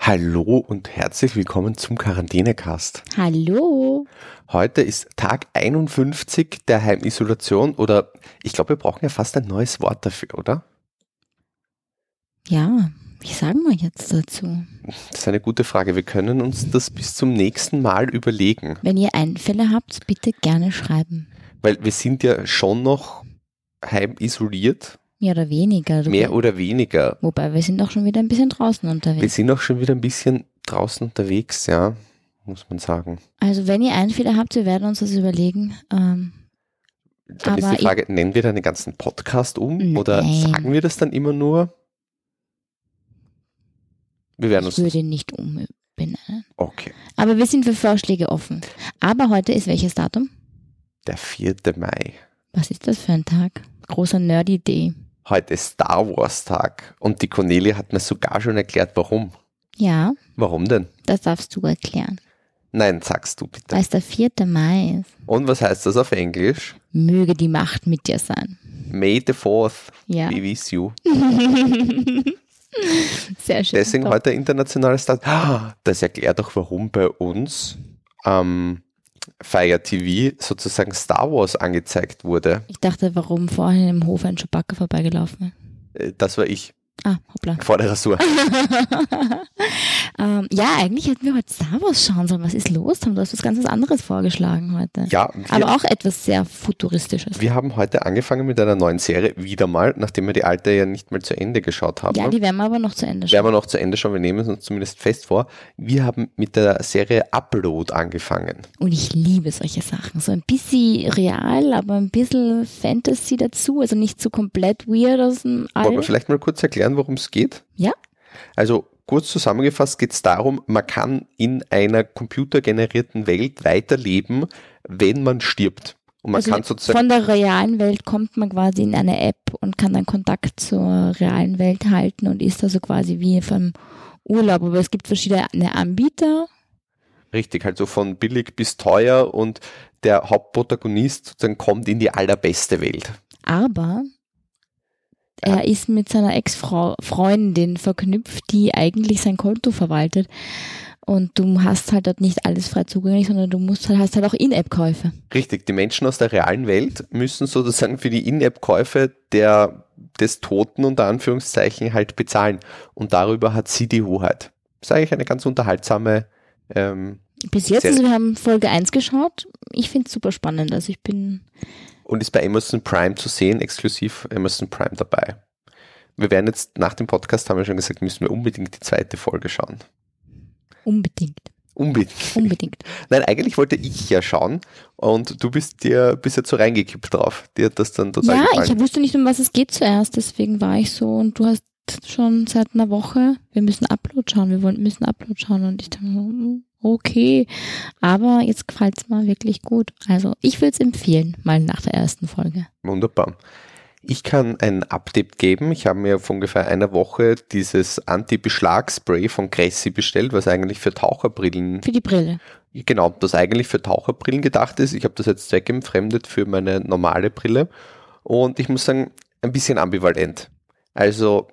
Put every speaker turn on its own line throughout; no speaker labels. Hallo und herzlich willkommen zum Quarantänecast.
Hallo.
Heute ist Tag 51 der Heimisolation oder ich glaube, wir brauchen ja fast ein neues Wort dafür, oder?
Ja, wie sagen wir jetzt dazu?
Das ist eine gute Frage. Wir können uns das bis zum nächsten Mal überlegen,
Wenn ihr Einfälle habt, bitte gerne schreiben.
weil wir sind ja schon noch heimisoliert,
Mehr oder weniger. Du-
mehr oder weniger.
Wobei wir sind auch schon wieder ein bisschen draußen
Wir
unterwegs.
sind auch schon wieder ein bisschen draußen unterwegs, ja, muss man sagen.
Also wenn ihr Einfälle habt, wir werden uns das überlegen. Ähm,
Dann ist
Aber
die Frage, nennen wir dann den ganzen Podcast um oder
Nein.
sagen wir das dann immer nur? Wir werden
ich
uns.
würde nicht umbenennen.
Okay.
Aber wir sind für Vorschläge offen. Aber heute ist welches Datum?
Der 4. Mai.
Was ist das für ein Tag? Großer Nerd-Idee.
Heute ist Star Wars Tag und die Cornelia hat mir sogar schon erklärt, warum.
Ja,
Warum denn?
das darfst du erklären.
Nein, sagst du bitte.
Weil es der 4. Mai ist.
Und was heißt das auf Englisch?
Möge die Macht mit dir sein.
May the 4th
Ja.
be with you.
Sehr schön.
Deswegen
Doch.
heute internationales Tag. Ah, Das erklärt auch, warum bei uns am Fire TV sozusagen Star Wars angezeigt wurde.
Ich dachte, warum vorhin im Hof ein Chewbacca vorbeigelaufen ist.
Äh, Das war ich.
Ah, hoppla.
Vor der Rasur.
ähm, ja, eigentlich hätten wir heute Star Wars schauen sollen. Was ist los, Tom? Du hast was ganz was anderes vorgeschlagen heute.
Ja, wir,
Aber auch etwas sehr Futuristisches.
wir haben heute angefangen mit einer neuen Serie, wieder mal, nachdem wir die alte ja nicht mal zu Ende geschaut haben.
Ja, die werden wir aber noch zu Ende
werden
schauen.
wir noch zu Ende schauen, wir nehmen es uns zumindest fest vor. Wir haben mit der Serie Upload angefangen.
Und ich liebe solche Sachen. So ein bisschen real, aber ein bisschen Fantasy dazu. Also nicht so komplett weird aus dem
Wollen wir
All.
vielleicht mal kurz erklären, worum es geht?
Ah, Ja.
Also kurz zusammengefasst geht es darum, man kann in einer computergenerierten Welt weiterleben, wenn man stirbt. Und man
also
kann sozusagen
von der realen Welt kommt man quasi in eine App und kann dann Kontakt zur realen Welt halten und ist also quasi wie vom Urlaub. Aber es gibt verschiedene Anbieter.
Richtig, also von billig bis teuer und der Hauptprotagonist sozusagen kommt in die allerbeste Welt.
Aber
Ja.
er ist mit seiner Ex-Frau, Freundin verknüpft, die eigentlich sein Konto verwaltet. Und du hast halt dort nicht alles frei zugänglich, sondern du musst halt, hast halt auch In-App-Käufe.
Richtig, die Menschen aus der realen Welt müssen sozusagen für die In-App-Käufe der, des Toten unter Anführungszeichen halt bezahlen. Und darüber hat sie die Hoheit. Das ist eigentlich eine ganz unterhaltsame, ähm,
Bis jetzt,
Sehr-
also wir haben Folge 1 geschaut. Ich finde es super spannend. Also ich bin
und ist bei Amazon Prime zu sehen, exklusiv Amazon Prime dabei. Wir werden jetzt nach dem Podcast, haben wir schon gesagt, müssen wir unbedingt die zweite Folge schauen.
unbedingt,
Unbedingt.
unbedingt.
Nein, eigentlich wollte ich ja schauen und du bist dir bist jetzt so reingekippt drauf. Dir hat das dann total
Ja,
gefallen.
ich wusste nicht, um was es geht zuerst, deswegen war ich so und du hast schon seit einer Woche, wir müssen Upload schauen, wir wollen, müssen Upload schauen und ich dachte, mir, hm, okay, aber jetzt gefällt es mir wirklich gut. Also ich würde es empfehlen, mal nach der ersten Folge.
Wunderbar. Ich kann ein Update geben. Ich habe mir vor ungefähr einer Woche dieses Anti-Beschlag-Spray von Cressy bestellt, was eigentlich für Taucherbrillen,
Für die Brille.
genau, das eigentlich für Taucherbrillen gedacht ist. Ich habe das jetzt zweckentfremdet für meine normale Brille. Und ich muss sagen, ein bisschen ambivalent. Also,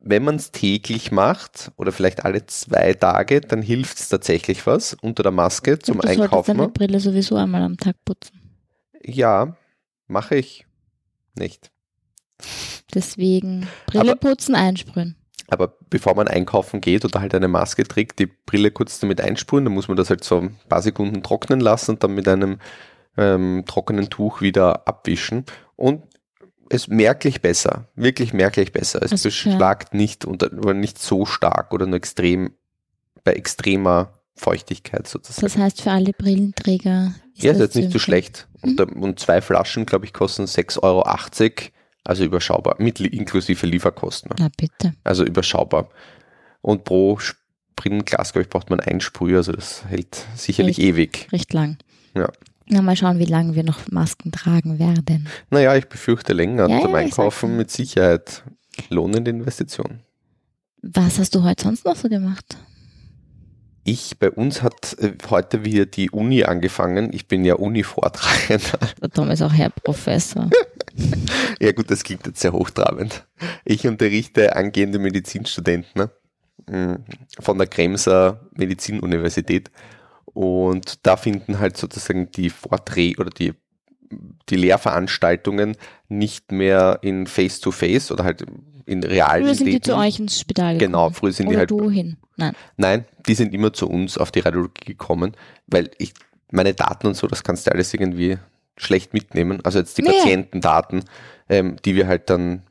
wenn man es täglich macht oder vielleicht alle zwei Tage, dann hilft es tatsächlich was unter der Maske zum
und du solltest
Einkaufen. ne?
deine Brille sowieso einmal am Tag putzen.
Ja, mache ich nicht.
Deswegen Brille
Aber-
putzen, einsprühen.
Aber bevor man einkaufen geht oder halt eine Maske trägt, die Brille kurz damit einsprühen, dann muss man das halt so ein paar Sekunden trocknen lassen und dann mit einem ähm, trockenen Tuch wieder abwischen. Und es merklich besser, wirklich merklich besser. Es
Also, ja.
beschlagt nicht unter, oder nicht so stark oder nur extrem bei extremer Feuchtigkeit sozusagen.
Das heißt, für alle Brillenträger ist Mhm.
ja, ist jetzt
das zu
nicht so
empfehlen.
schlecht. Und, ähm, und zwei Flaschen, glaube ich, kosten 6,80 Euro, also überschaubar, mit li- inklusive Lieferkosten.
Na bitte.
Also überschaubar. Und pro Sprintglas, glaube ich, braucht man ein Sprüh, also das hält sicherlich ewig.
recht lang.
Ja.
Na, mal schauen, wie lange wir noch Masken tragen werden.
Naja, ich befürchte länger zum
Ja, ja, ich sag's
Einkaufen
ja.
mit Sicherheit. Lohnende Investition.
Was hast du heute sonst noch so gemacht?
Ich, bei uns hat äh, heute wieder die Uni angefangen. Ich bin ja Uni-Vortragender.
Der Tom ist auch Herr Professor.
ja gut, das klingt jetzt sehr hochtrabend. Ich unterrichte angehende Medizinstudenten. Ne? mh, von der Kremser Medizinuniversität. Und da finden halt sozusagen die Vorträge oder die, die Lehrveranstaltungen nicht mehr in Face-to-Face oder halt in realen
Früher sind also die
Leben.
zu euch ins Spital gekommen.
Genau, früher sind
Oder
die halt
du hin. Nein.
Nein, die sind immer zu uns auf die Radiologie gekommen, weil ich meine Daten und so, das kannst du alles irgendwie schlecht mitnehmen. Also jetzt die
Nee.
Patientendaten, ähm, die wir halt dann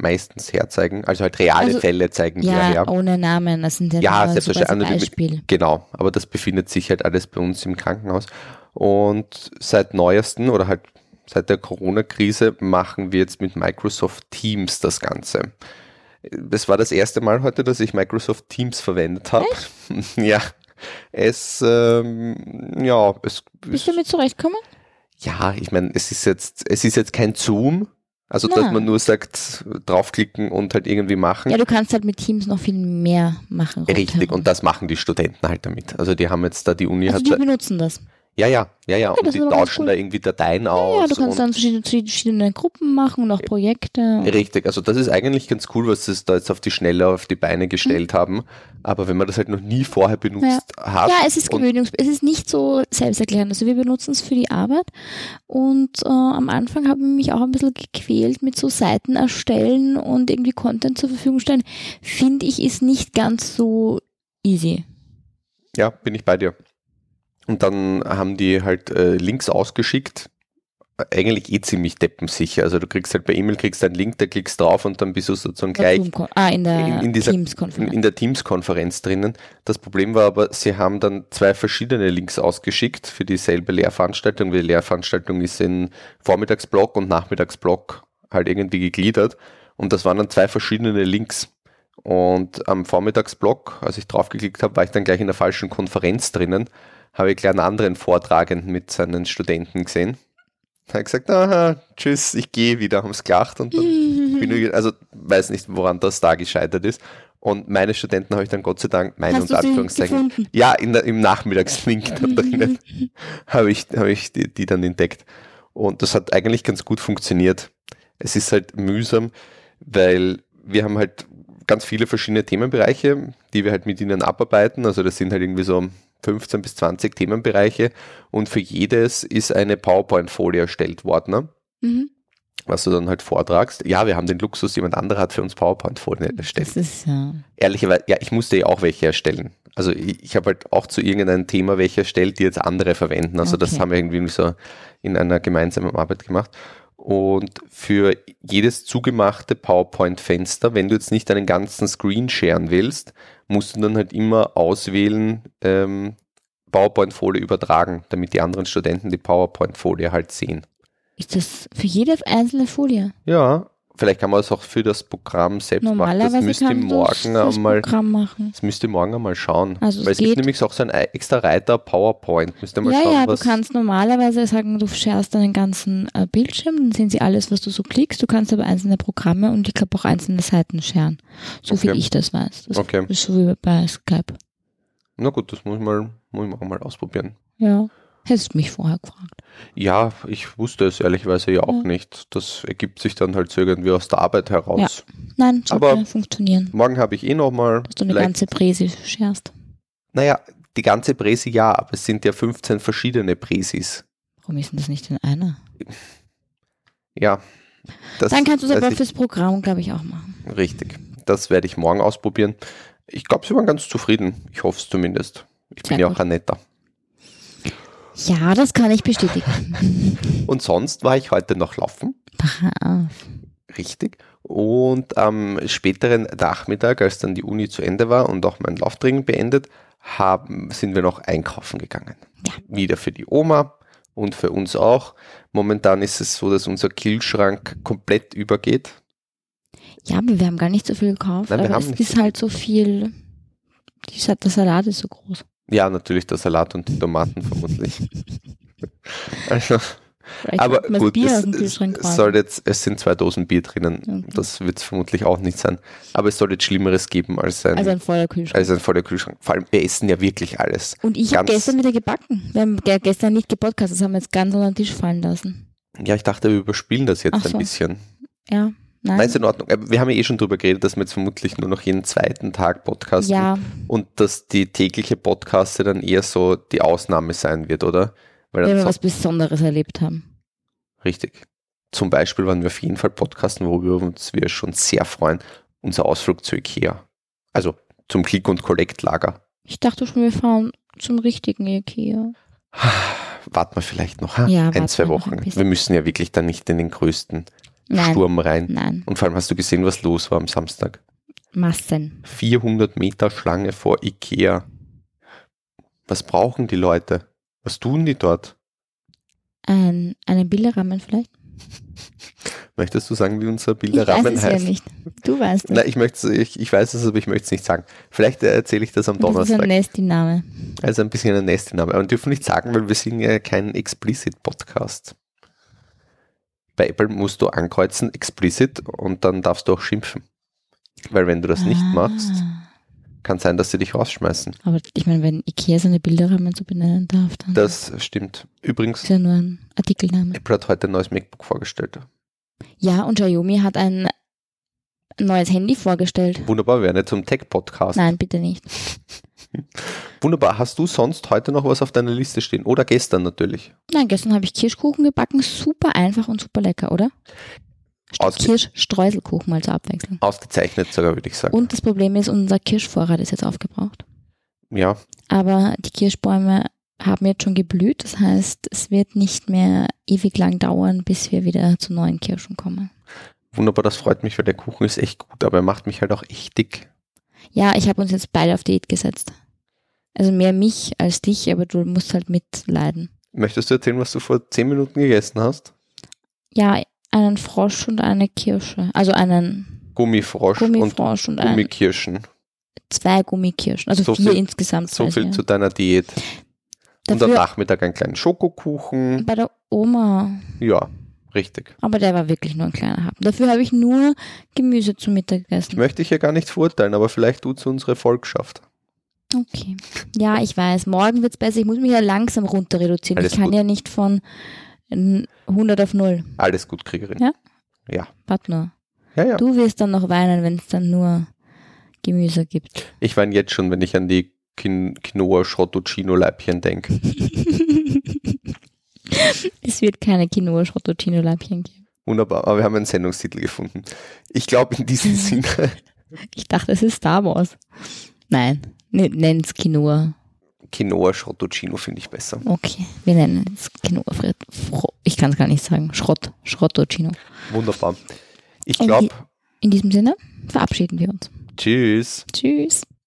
meistens herzeigen, also halt reale
Also-
Fälle zeigen wir
Ja,
her.
ohne Namen. Das sind ja,
Ja,
nur super
selbstverständlich. Also
zum
die-
Beispiel.
Genau, aber das befindet sich halt alles bei uns im Krankenhaus. Und seit neuesten oder halt seit der Corona-Krise machen wir jetzt mit Microsoft Teams das Ganze. Das war das erste Mal heute, dass ich Microsoft Teams verwendet habe. Ja. Es, ähm, ja, es,
Bist du damit zurechtgekommen?
ja, ich meine, es ist jetzt, es ist jetzt kein Zoom, also dass
Nein.
man nur sagt, draufklicken und halt irgendwie machen.
Ja, du kannst halt mit Teams noch viel mehr machen.
Richtig,
rundherum.
und das machen die Studenten halt damit. Also die haben jetzt da, die Uni
also
hat
die
da,
benutzen das.
Ja, ja, ja, ja. Und
das
die
ist aber ganz
tauschen
cool.
da irgendwie Dateien aus.
Ja, du kannst
und
dann verschiedene, verschiedene Gruppen machen und auch Projekte.
Richtig, also das ist eigentlich ganz cool, was sie es da jetzt auf die Schnelle auf die Beine gestellt haben. Aber wenn man das halt noch nie vorher benutzt hat.
Mhm. Ja, es ist
und,
gewöhnungs es ist nicht so selbsterklärend. Also wir benutzen es für die Arbeit und äh, am Anfang habe ich mich auch ein bisschen gequält mit so Seiten erstellen und irgendwie Content zur Verfügung stellen. Finde ich ist nicht ganz so easy.
ja, bin ich bei dir. Und dann haben die halt äh, Links ausgeschickt. Eigentlich eh ziemlich deppensicher. Also du kriegst halt bei E-Mail kriegst du einen Link, da klickst drauf und dann bist du sozusagen gleich
Zoom-Kon- ah, in der
in- in dieser- in,
Teams-Konferenz.
in der Teams-Konferenz drinnen. Das Problem war aber, sie haben dann zwei verschiedene Links ausgeschickt für dieselbe Lehrveranstaltung. weil Die Lehrveranstaltung ist in Vormittagsblock und Nachmittagsblock halt irgendwie gegliedert. Und das waren dann zwei verschiedene Links. Und am Vormittagsblock, als ich draufgeklickt habe, war ich dann gleich in der falschen Konferenz drinnen, habe ich gleich einen anderen Vortragenden mit seinen Studenten gesehen. Habe gesagt, aha, tschüss, ich gehe wieder, haben es gelacht und dann bin ich, also weiß nicht, woran das da gescheitert ist. Und meine Studenten habe ich dann Gott sei Dank, meine
Hast
und
du sie
Anführungszeichen,
gefunden? Mhm.
ja, in der, im Nachmittagslink da drinnen habe ich, habe ich die, die dann entdeckt. Und das hat eigentlich ganz gut funktioniert. Es ist halt mühsam, weil wir haben halt ganz viele verschiedene Themenbereiche, die wir halt mit ihnen abarbeiten. Also das sind halt irgendwie so 15 bis 20 Themenbereiche und für jedes ist eine PowerPoint-Folie erstellt worden. Ne?
Mhm.
was du dann halt vortragst. Ja, wir haben den Luxus, jemand anderer hat für uns PowerPoint-Folien erstellt.
Das ist ja.
Ehrlicherweise, ja, ich musste ja auch welche erstellen. Also ich, ich habe halt auch zu irgendeinem Thema welche erstellt, die jetzt andere verwenden. Also das
Okay.
haben wir irgendwie so in einer gemeinsamen Arbeit gemacht. Und für jedes zugemachte PowerPoint-Fenster, wenn du jetzt nicht einen ganzen Screen scheren willst, musst du dann halt immer auswählen, ähm, PowerPoint-Folie übertragen, damit die anderen Studenten die PowerPoint-Folie halt sehen.
Ist das für jede einzelne Folie?
Ja, vielleicht kann man es auch für das Programm selbst machen. Das
Normalerweise
müsste
kann man das
morgen
fürs
einmal.
Programm machen.
Das müsste morgen einmal schauen.
Also es
Weil es gibt
geht.
nämlich auch so einen extra Reiter PowerPoint. Müsste mal
ja,
schauen,
ja,
was.
du kannst normalerweise sagen, du scherst deinen ganzen äh, Bildschirm, dann sehen sie alles, was du so klickst. Du kannst aber einzelne Programme und ich glaube auch einzelne Seiten scheren. So viel
Okay.
ich das weiß. Das
Okay.
ist so wie bei Skype.
Na gut, das muss ich mal, muss ich morgen mal ausprobieren.
Ja. Hättest du mich vorher gefragt.
Ja, ich wusste es ehrlicherweise ja auch
Ja.
nicht. Das ergibt sich dann halt so irgendwie aus der Arbeit heraus.
Nein, sollte
Aber-
funktionieren.
Morgen habe ich eh nochmal.
Dass du eine ganze Präse scherst.
Naja, die ganze Präsi ja, aber es sind ja 15 verschiedene Präsis.
Warum ist denn das nicht in einer?
Ja. Das,
dann kannst du es
weiß
aber
ich
fürs Programm, glaube ich, auch machen.
Richtig. Das werde ich morgen ausprobieren. Ich glaube, sie waren ganz zufrieden. Ich hoffe es zumindest. Ich
Sehr
bin ja
gut.
auch ein netter.
Ja, das kann ich bestätigen.
Und sonst war ich heute noch laufen.
Brav.
Richtig. Und am späteren Nachmittag, als dann die Uni zu Ende war und auch mein Lauftraining beendet, haben, sind wir noch einkaufen gegangen.
Ja.
Wieder für die Oma und für uns auch. Momentan ist es so, dass unser Kühlschrank komplett übergeht.
Ja, aber wir haben gar nicht so viel gekauft.
Nein, wir
aber
haben
es
nicht
ist halt so viel. Die Sa- Der Salat ist so groß.
Ja, natürlich der Salat und die Tomaten vermutlich. also,
Vielleicht
Aber
sollten wir das
gut,
Bier aus
es,
dem
es,
Kühlschrank
es,
holen.
soll jetzt, es sind zwei Dosen Bier drinnen.
Okay.
Das wird es vermutlich auch nicht sein. Aber es soll jetzt Schlimmeres geben als ein,
Also
also,
ein Feuerkühlschrank.
ein voller Kühlschrank. Vor allem, wir essen ja wirklich alles.
und ich habe
ganz-
gestern wieder gebacken. Wir haben ge- gestern nicht gepodcastet, das haben wir jetzt ganz unter den Tisch fallen lassen.
Ja, ich dachte, wir überspielen das jetzt
Ach
ein
so.
bisschen.
Ja,
Nein, ist in Ordnung. Aber Wir haben ja eh schon drüber geredet, dass wir jetzt vermutlich nur noch jeden zweiten Tag podcasten
ja,
und dass die tägliche Podcaste dann eher so die Ausnahme sein wird, oder? Weil
wenn wir
dann
was Besonderes erlebt haben.
richtig. Zum Beispiel werden wir auf jeden Fall podcasten, worüber uns wir schon sehr freuen. Unser Ausflug zu Ikea. Also zum Click- und Collect-Lager.
Ich dachte schon, wir fahren zum richtigen Ikea.
Warten wir vielleicht noch ha?
Ja, warten
ein, zwei
wir noch ein
Wochen.
bisschen.
wir müssen ja wirklich dann nicht in den größten
Nein,
Sturm rein.
nein,
Und vor allem hast du gesehen, was los war am Samstag.
Massen.
400 Meter Schlange vor Ikea. Was brauchen die Leute? Was tun die dort?
Ein, einen Bilderrahmen vielleicht?
Möchtest du sagen, wie unser
ich
Bilderrahmen
weiß es
heißt?
ja nicht. Du weißt
Nein,
nicht.
ich, möchte es- ich, ich weiß es, aber ich möchte es nicht sagen. Vielleicht äh, erzähle ich das am
das ist ein Ne-
Donnerstag.
Nasty-Name.
also ein bisschen ein Nasty-Name. Aber wir dürfen nicht sagen, weil wir sind ja kein Explicit-Podcast. Bei Apple musst du ankreuzen, Explicit, und dann darfst du auch schimpfen. Weil wenn du das nicht
Ah.
machst, kann sein, dass sie dich rausschmeißen.
Aber ich meine, wenn Ikea seine Bilderrahmen so benennen darf, dann
Das stimmt. Übrigens,
ist ja nur ein Artikelname.
Apple hat heute ein neues MacBook vorgestellt.
Ja, und Xiaomi hat ein neues Handy vorgestellt.
Wunderbar, wir werden jetzt zum Tech-Podcast.
Nein, bitte nicht.
Wunderbar, hast du sonst heute noch was auf deiner Liste stehen? Oder gestern natürlich.
Nein, gestern habe ich Kirschkuchen gebacken. Super einfach und super lecker, oder?
Aus-
Kirschstreuselkuchen mal zur Abwechslung.
Ausgezeichnet sogar, würde ich sagen.
Und das Problem ist, unser Kirschvorrat ist jetzt aufgebraucht.
Ja,
Aber die Kirschbäume haben jetzt schon geblüht. Das heißt, es wird nicht mehr ewig lang dauern, bis wir wieder zu neuen Kirschen kommen.
wunderbar, das freut mich, weil der Kuchen ist echt gut, aber er macht mich halt auch echt dick.
Ja, ich habe uns jetzt beide auf Diät gesetzt. Also mehr mich als dich, aber du musst halt mitleiden.
Möchtest du erzählen, was du vor zehn Minuten gegessen hast?
Ja, einen Frosch und eine Kirsche. Also einen
Gummifrosch,
Gummifrosch und,
und
ein,
Gummikirschen.
zwei Gummikirschen. Also
So
vier
viel-
insgesamt.
So
weiß
viel
ich,
zu deiner Diät.
ja.
Und am
Dafür
Nachmittag einen kleinen Schokokuchen.
bei der Oma.
Ja, richtig.
Aber der war wirklich nur ein kleiner Happen. Dafür habe ich nur Gemüse zum Mittag
Ich
gegessen.
möchte dich ja gar nicht verurteilen, aber vielleicht tut es unsere Volkschaft.
Okay. Ja, ich weiß. Morgen wird's besser. Ich muss mich ja langsam runter reduzieren.
Alles
ich kann
gut.
ja nicht von n- 100 auf 0.
Alles gut, Kriegerin.
Ja?
Ja,
Warte nur.
ja, ja.
Du wirst dann noch weinen, wenn es dann nur Gemüse gibt.
Ich weine jetzt schon, wenn ich an die Quin- Quinoa Schrottuccino Leibchen denke.
Es wird keine quinoa schrottuccino leibchen geben.
Wunderbar, aber wir haben einen Sendungstitel gefunden. Ich glaube, in diesem Sinne,
Ich dachte, es ist Star Wars. Nein, n- nenn's Quinoa.
Quinoa Schrottuccino finde ich besser.
Okay, wir nennen es Quinoa. Frit Fro ich kann es gar nicht sagen. Schrott, Schrottuccino.
Wunderbar. Ich
Okay.
glaube,
In diesem Sinne verabschieden wir uns.
tschüss.
Tschüss.